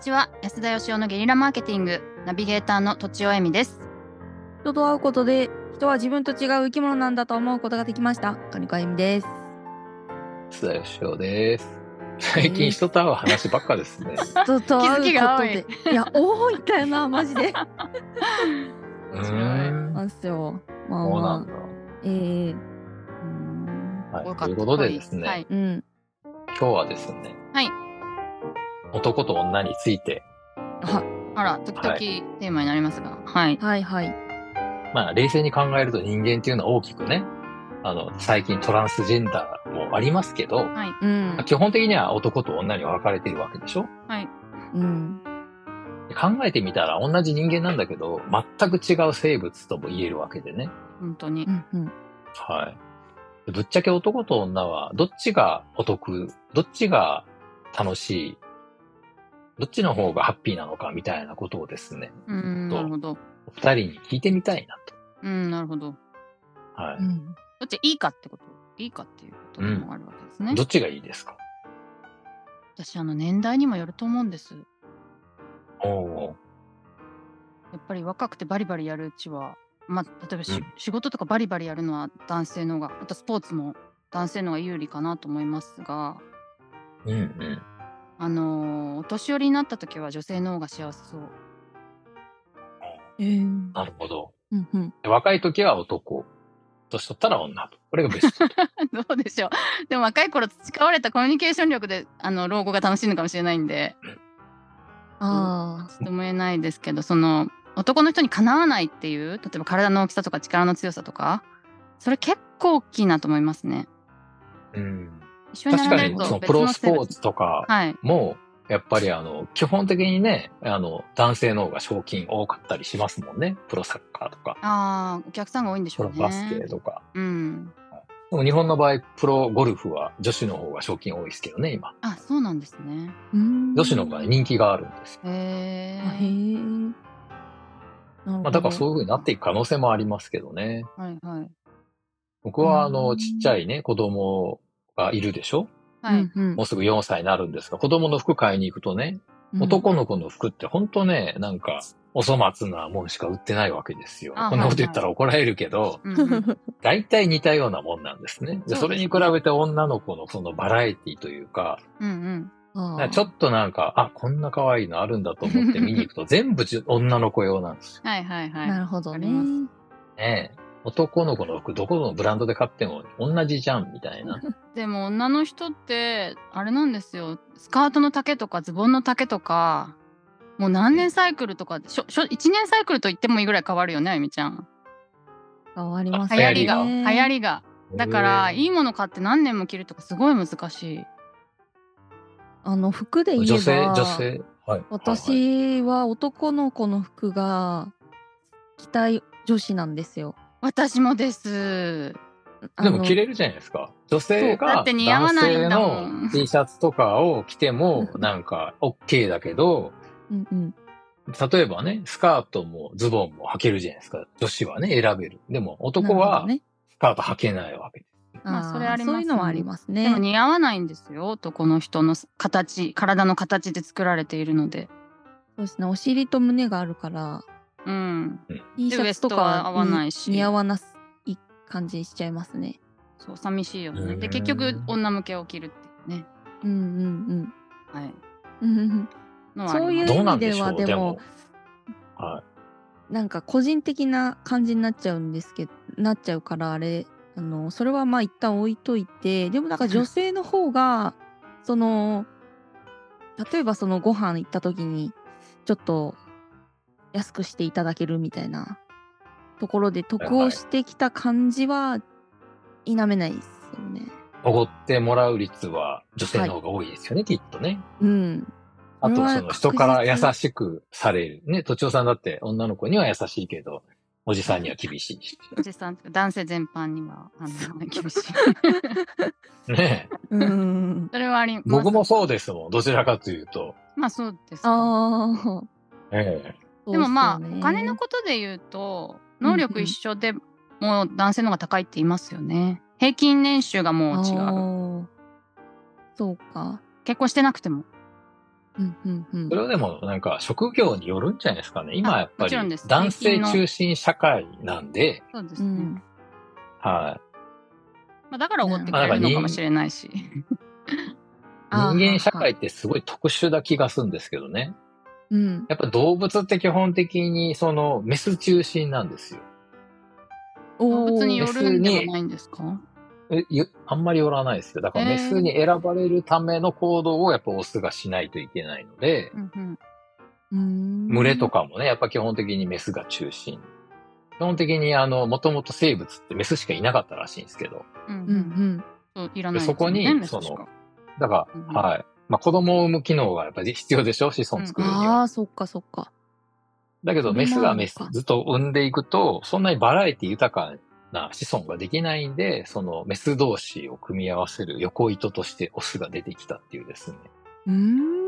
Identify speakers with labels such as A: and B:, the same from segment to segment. A: ちは安田義雄のゲリラマーケティングナビゲーターのとちおえみです
B: 人と会うことで人は自分と違う生き物なんだと思うことができました金子あゆみです
C: 須田義雄です。最近人と会う話ばっかですね。
B: 人と会うこと
A: 気づ
B: で
A: きが多い
B: いや多いんだよなマジ で
C: う
A: 面白い
C: ーん。
B: なんすよまあ
C: そうな
B: ま
C: ん
B: あ
C: だ。
B: えーうーん
C: は
A: 多
C: い。
A: か
C: と
A: っ
C: い
A: た
C: うことでですね、
A: はい
B: うん
C: 今日はですね、
A: はい。
C: 男と女について、
A: あら時々
C: は
A: テーマになりますがはい
B: はいはい
C: まあ冷静に考えると人間っていうのは大きくね、あの、最近トランスジェンダーもありますけど、
A: はい
B: うん
C: 基本的には男と女に分かれているわけでしょ
B: うん
C: で考えてみたら同じ人間なんだけど、全く違う生物とも言えるわけでね。
A: 本当に
B: うんうん
C: はい。ぶっちゃけ男と女は、どっちがお得、どっちが楽しい、どっちの方がハッピーなのかみたいなことをですね、
A: うーん
C: そ
A: な
C: う
A: るほど
C: お二人に聞いてみたいな
A: うんなるほどど
C: と。は
B: う
C: い。
B: ん
A: っちがいいかってこといいかっていうこともあるわけですね、
C: どっちがいいですか
A: 私あの年代にもよると思うんです
C: おお
A: やっぱり若くてバリバリやるうちは、まあ、例えばし、仕事とかバリバリやるのは男性の方が、あとスポーツも男性の方が有利かなと思いますが、
C: ー。うんうん。
A: あのーお年寄りになった時は女性の方が幸せそう。
B: えーうん
C: なるほど。
B: うん
C: で若い時は男。年取ったら女と。これが ベスト。
A: どうでしょう。でも若い頃培われたコミュニケーション力で、あの、老後が楽しいのかもしれないんで、
B: あ
A: ちょっとも言えないですけど、その、男の人にかなわないっていう、例えば体の大きさとか力の強さとか、それ結構大きいなと思いますね。
C: うん。
A: 一緒に
C: 確
A: 並
C: か
A: べる
C: に、そ
A: と
C: の
A: 別
C: プ
A: の
C: ロス
A: 生
C: ポー
A: 物。
C: ツとか
A: はい。
C: も、やっぱりあの、基本的にね、あの、男性の方が賞金多かったりしますもんね。プロサッカーとか。
A: ああ、お客さんが多いんでし
C: プ
A: ょう
C: ロ
A: ね。
C: バスケとか。
A: うん。
C: でも日本の場合、プロゴルフは女子の方が賞金多いですけどね、今。
A: あ、そうなんですね。
B: ーうん
C: 女子の方が人気があるんですよ。
A: へ
B: あへ
A: え。
B: え
C: まあ、だからそういう風になっていく可能性もありますけどね。
A: はいはい。
C: 僕はあ
B: う
C: の、
B: ん
C: ちっちゃいね、子供がいるでしょ
A: はい。
B: うん
C: もうすぐ4歳になるんですが、子供の服買いに行くとね、
B: うん
C: 男の子の服って本当ね、なんか、お粗末なもんしか売ってないわけですよ
A: あ。
C: こんなこと言ったら怒られるけど、
A: うんうん
B: う
C: 大体似たようなもんなんですね。で
A: そう
C: そ
A: で
C: れ
A: す
C: に
A: ね
C: 比べて女の子のそのバラエティというか、
A: うん
B: ん
C: なんかちょっとなんか、あ、こんな可愛いのあるんだと思って見に行く と、全部じゅ女の子用なんですよ
A: うん。はいはい
B: な
A: は
B: るほど
A: ありま
B: ね
C: ね。男の子の服、どこのブランドで買っても同じじゃん、みたいな。
A: い。でも女の人って、あれなんですよ。スカートの丈とかズボンの丈とか、もう何年サイクルとか、しょしょ1年サイクルと言ってもいいぐらい変わるよね、あゆみちゃん。
B: 変わります
A: 流
B: ね。
A: 行りが。流行
B: り。
A: りが。 だから、いいもの買って何年も着るとかすごい難しい。
B: あの服で
C: え
B: 言
C: ー
B: えば、
C: 女性、女性。はい。はい
B: 私は男の子の服が着たい女子なんですよ。
A: 私もです。
B: あ
C: で
B: の
C: も着れるじゃないですか。女性
A: そうだ
C: が
A: って似合わ
C: 男
A: ないん
C: 性
A: だもん
C: の T シャツとかを着ても、なんか、OK だけど、
B: うんうん。
C: 例えばね、スカートもズボンも履けるじゃないですか。女子はね、選べる。でも男は
B: なる
C: スカート履けないわけです。
B: ほどね、
A: まあ
B: ー
A: それありますね
B: そういうのはあります
A: でも
B: ね。
A: 似合わないんですよ男の人の形体の形で作られているので
B: そうですね。お尻と胸があるから、
A: うん
B: T シャツとかは
A: ウエストは合わないし
B: うん似合わない感じしちゃいますね。
A: そう寂しいよね
C: うん
A: で結局女向けを着るっていうね
B: うんうん
A: はい
B: うんうんうん。
A: のはあります
B: そういう
C: どうなんでしょ
B: 意
C: う
B: 味ではで
C: でも
B: も。
C: は
B: なんか個人的な感じになっちゃうんですけど、なっちゃうからあれ、あのそれはまあ一旦置いといて、でもなんか女性の方が、その例えばそのご飯行った時にちょっと安くしていただけるみたいなところで得をしてきた感じは否めないですよね。
C: い。おごってもらう率は女性の方が多いですよね、きっとね。
B: うん。
C: あと、
B: これは
C: その人から優しくされる。ね、とちおさんだって女の子には優しいけど、おじさんには厳しいし。
A: おじさん男性全般にはあの厳しい
C: ねえ
B: うん。
A: それはあり ます
C: 僕もそうですもん。どちらかというと。
A: まあそうですか
B: ああ。
C: ええ
A: でもまあお金の
B: こ
A: ことで言うと
B: うんうん
A: 能力一緒でもう男性の方が高いって言いますよね平均年収がもう違う
B: う。そうか。
A: 結婚してなくても
B: うんうんうん
C: それはでもなんか職業によるんじゃないですかね。今やっぱ
A: もちろんで
C: り
A: す
C: 男性中心社会なんで、
A: そうです
B: う
A: ね。
B: ん
C: は
A: まあ、だから怒ってくれるのかもしれないし。
C: い。
B: あー
C: 人間社会ってすごい特殊な気がするんですけどね。
B: うん
C: やっぱ動物って基本的にそのメス中心なんですよ。
A: 動物に
B: おー
A: よるんではないんですか
C: えよあんまり寄らないですよ。だからメスに選ばれるための行動をやっぱオスがしないといけないので、
A: うんうん。
B: うん
C: 群れとかもね、やっぱ基本的にメスが中心。基本的にあの、もともと生物ってメスしかいなかったらしいんですけど、
A: うんうん。
B: ううんん
A: そういらないですよね。
C: そこに
A: メスしか
C: そのだか
A: うんうん
C: ら、はい。まあ子供を産む機能がやっぱり必要でしょ子孫作るには。
B: ああそっかそっか
C: だけどメスがメス
B: それもあるのか
C: ずっと産んでいくと、そんなにバラエティ豊かな子孫ができないんで、そのメス同士を組み合わせる横糸としてオスが出てきたっていうですね。
B: うーん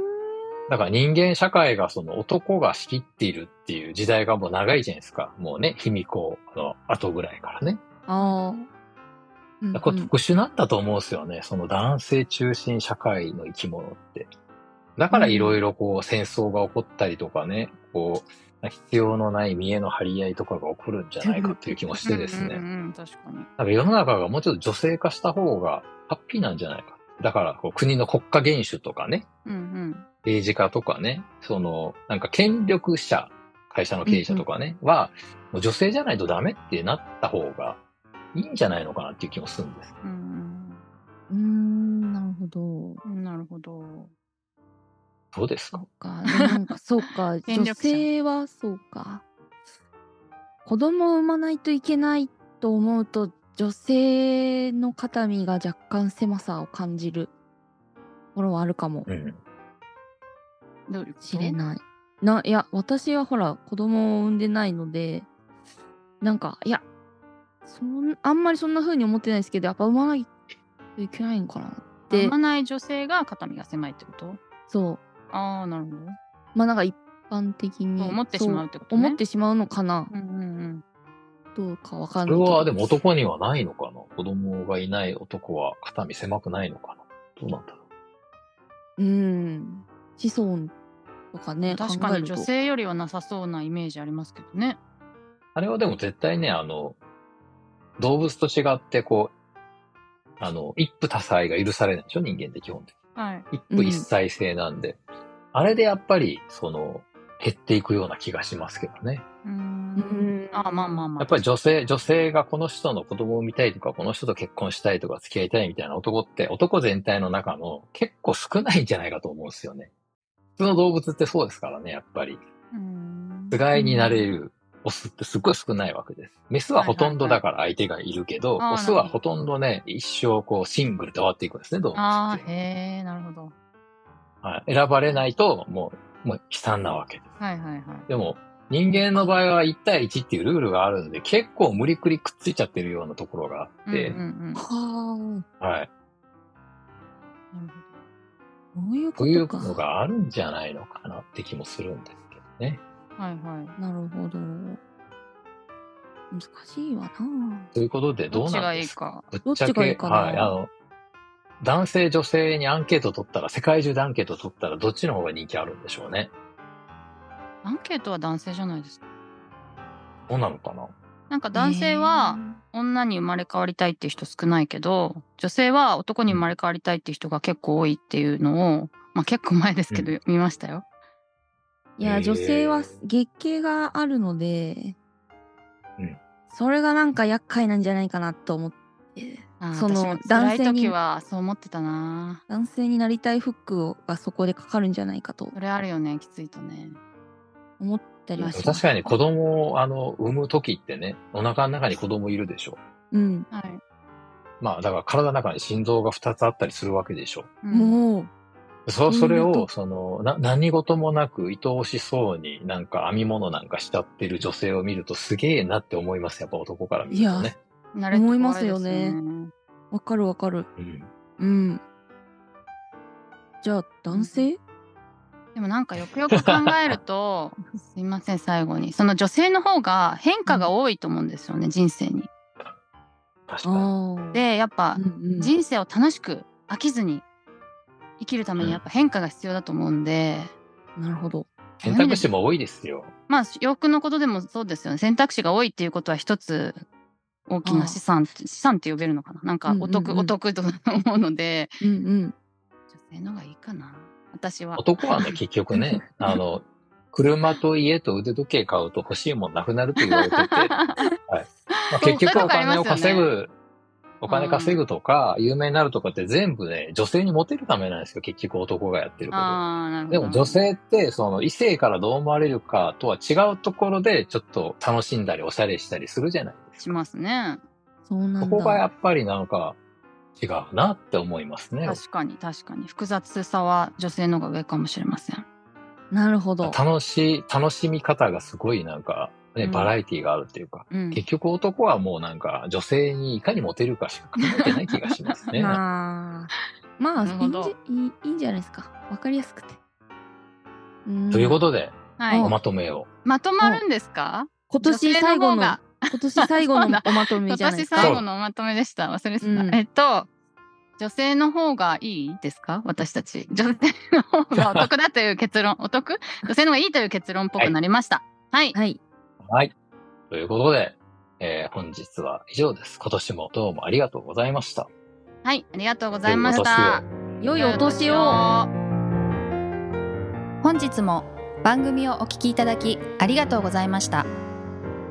C: だから人間社会がその男が仕切っているっていう時代がもう長いじゃないですか。もうね、卑弥呼の後ぐらいからね。
B: ああうん
C: これ特殊なんだと思うんですよね。その男性中心社会の生き物って。だからいろいろこう戦争が起こったりとかね、こう、必要のない見栄の張り合いとかが起こるんじゃないかっていう気もしてです
A: うん
C: ね。
A: うんうん、確かに。
C: なんか世の中がもうちょっと女性化した方がハッピーなんじゃないか。だからこう国の国家元首とかね、
A: うん
C: 政治家とかね、その、なんか権力者、会社の経営者とかね、は、もう女性じゃないとダメってなった方がいいんじゃないのかなっていう気もするんです。
A: うん。うん
B: うーんなるほど
A: うん。なるほど。
C: どうです
B: そ
C: か
B: うか、でもなんかそ うか、
A: 権
B: 女
A: 力者
B: 性はそうか。子供を産まないといけないと思うと、女性の肩身が若干狭さを感じるところはあるかも
C: うん。
A: どういうこと
B: しれない。な、いや、私はほら、子供を産んでないので、なんか、いや、そんあんまりそんな風に思ってないですけど、やっぱ産まないといけないのかなって
A: 産、まない女性が肩身が狭いってこと
B: そう、
A: ああ、なるほど。
B: まあなんか一般的に
A: そう思ってしまうってこ
B: そ
A: と
B: う
A: ね。
B: 思ってしまうのかな。
A: うんうんうん。
B: どうかわかん
C: そ
B: な
C: れ
B: いけど。
C: はでも男にはないのかな子供がいない男は肩身狭くないのかなどうなんだろ
B: うん。子孫とかね、
A: 確
B: 考
A: か
B: え
A: に
B: ると
A: 女性よりはなさそうなイメージありますけどね。
C: う。あれはでも絶対ね、あの、動物と違ってこう、あの、一夫多妻が許されないでしょ人間って基本的に
A: はい。
C: 一夫一妻制なんで、あれでやっぱり、その、減っていくような気がしますけどね。
A: うー。
B: うんん。
A: あーまあまあまあ。
C: やっぱり女性、女性がこの人の子供を産みたいとか、この人と結婚したいとか、付き合いたいみたいな男って、男全体の中の結構少ないんじゃないかと思うんですよね。普通の動物ってそうですからね、やっぱり。
A: うーん
C: つがいになれるオスってすごい少ないわけです。メスはほとんどだから相手がいるけど、
A: はいはいはい
C: オスはほとんどね、一生こうシングルで終わっていくんですね、動物って。
A: ああ、へえ、なるほど。
C: はい、選ばれないと、もう、もう悲惨なわけです。
A: はいはいはい。
C: でも、人間の場合は1対1っていうルールがあるので、結構無理くりくっついちゃってるようなところがあって、
A: うんうんうん、なる
B: はあ、
C: はい。
A: ほど
B: そういう
C: そういう
B: こと
C: の
B: か。
C: があるんじゃないのかなって気もするんですけどね。
A: はいはい。
B: なるほど。難しいわな。
C: ということで、ど
A: どっ
C: う
A: ち
C: な
A: が
C: ん
A: い
C: で
A: い
C: すか
A: か。
C: ぶっちゃけ
B: どっちがいいかな
C: はい、あの、男性、女性にアンケート取ったら、世界中でアンケート取ったら、どっちの方が人気あるんでしょうね。
A: アンケートは男性じゃないですか。
C: どうなのかな
A: なんか男性は
B: ね
A: 女に生まれ変わりたいっていう人少ないけど、女性は男に生まれ変わりたいっていう人が結構多いっていうのを、まあ結構前ですけど、見ましたよ。
B: え、いや、
C: えー
B: 女性は月経があるので、
C: うん
B: それがなんか厄介なんじゃないかなと思って、
A: あー
B: その
A: 私も辛い
B: 男性に
A: 時はそう思ってたな。
B: 男性になりたいフックをがそこでかかるんじゃないかと
A: それあるよね、きついとね。
B: 思ったりはします。
C: 確かに子供を、あの、産む時ってね、お腹の中に子供いるでしょ
B: うん。
A: はい。
C: まあ、だから体の中に心臓が2つあったりするわけでしょ
A: うん
B: もう、そ
C: そ、
B: んな
C: それ
B: こ
C: を、
B: と
C: その、な、何事もなく、愛おしそうに、なんか編み物なんかしちゃってる女性を見るとすげえなって思います、やっぱ男から見るとね。
A: 慣れて
B: 思い
A: 怖
B: ますよね
A: ですよね
B: わかるわかる。
C: うん。
B: うん。じゃあ、男性
A: でもなんかよくよく考える とすいません最後にその女性の方が変化が多いと思うんですよね、人生に。
C: 確かに。
B: ああ。、
A: でやっぱ
B: うんうん、
A: 人生を楽しく飽きずに生きるためにやっぱ変化が必要だと思うんで、
B: なるほど。
C: 選択肢も多いですよ。
A: まあ洋服のことでもそうですよね選択肢が多いっていうことは一つ大きな資産資産って呼べるのかななんかお得、
B: うんうんうん
A: お得と思うので
B: うんうん。
A: 女性の方がいいかな私は
C: 男はね、結局ね、 あの、車と家と腕時計買うと欲しいもんなくなるって言われて て、まあ結
A: そういうと
C: 局
A: こ
C: お
A: あります
C: 金
A: よ
C: を
A: ね
C: 稼ぐ、お金稼ぐとか、有名になるとかって全部ね、女性にモテるためなんですよ、結局男がやってること。
A: ああなるほ
C: で
A: ど
C: も女性って、その異性からどう思われるかとは違うところで、ちょっと楽しんだり、おしゃれしたりするじゃない。
A: しますね
B: そうなんだ。
C: そこがやっぱりなんか違うなって思いますね。
A: 確かに確かに複雑さは女性の方が上かもしれません
B: なるほど。
C: 楽しい、楽しみ方がすごいなんか、ね、
A: うん
C: バラエティがあるっていうか、
A: うん
C: 結局男はもうなんか女性にいかにモテるかしか考えてない気がします ね。
B: まあ、まあい
A: ないる
B: ん
A: ほ
B: じゃ
A: ど
B: いいいいんじゃないですか。わかりやすくて。うん
C: ということで、
A: は
B: う
C: お
A: い
B: ん
C: まとめを。
A: まとまるんですか
B: 今年最
A: 女性の
B: 後の
A: 方が
B: 今年最後
A: そう
B: の
A: だ
B: おまとめじゃないで
A: 私
B: す か。
A: 最後のおまとめでした忘れてた、
B: うん
A: えっと女性の方がいいですか私たち女性の方が お得だという結論お得女性の方がいいという結論っぽくなりましたはい、
B: はい。
C: はい。ということで、えー本日は以上です。今年もどうもありがとうございました。
A: はい、ありがとうございまし
C: 良いお年を
A: た
B: 良いお年を。
D: 本日も番組をお聞きいただきありがとうございました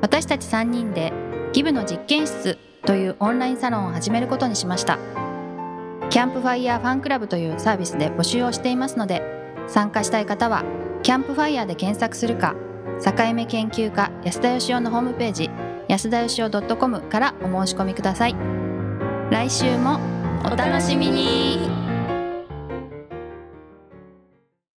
D: 私たち3人でギブの実験室というオンラインサロンを始めることにしましたキャンプファイヤーファンクラブというサービスで募集をしていますので参加したい方はキャンプファイヤーで検索するか境目研究家安田義雄のホームページ安田義雄 .com からお申し込みください来週もお楽しみに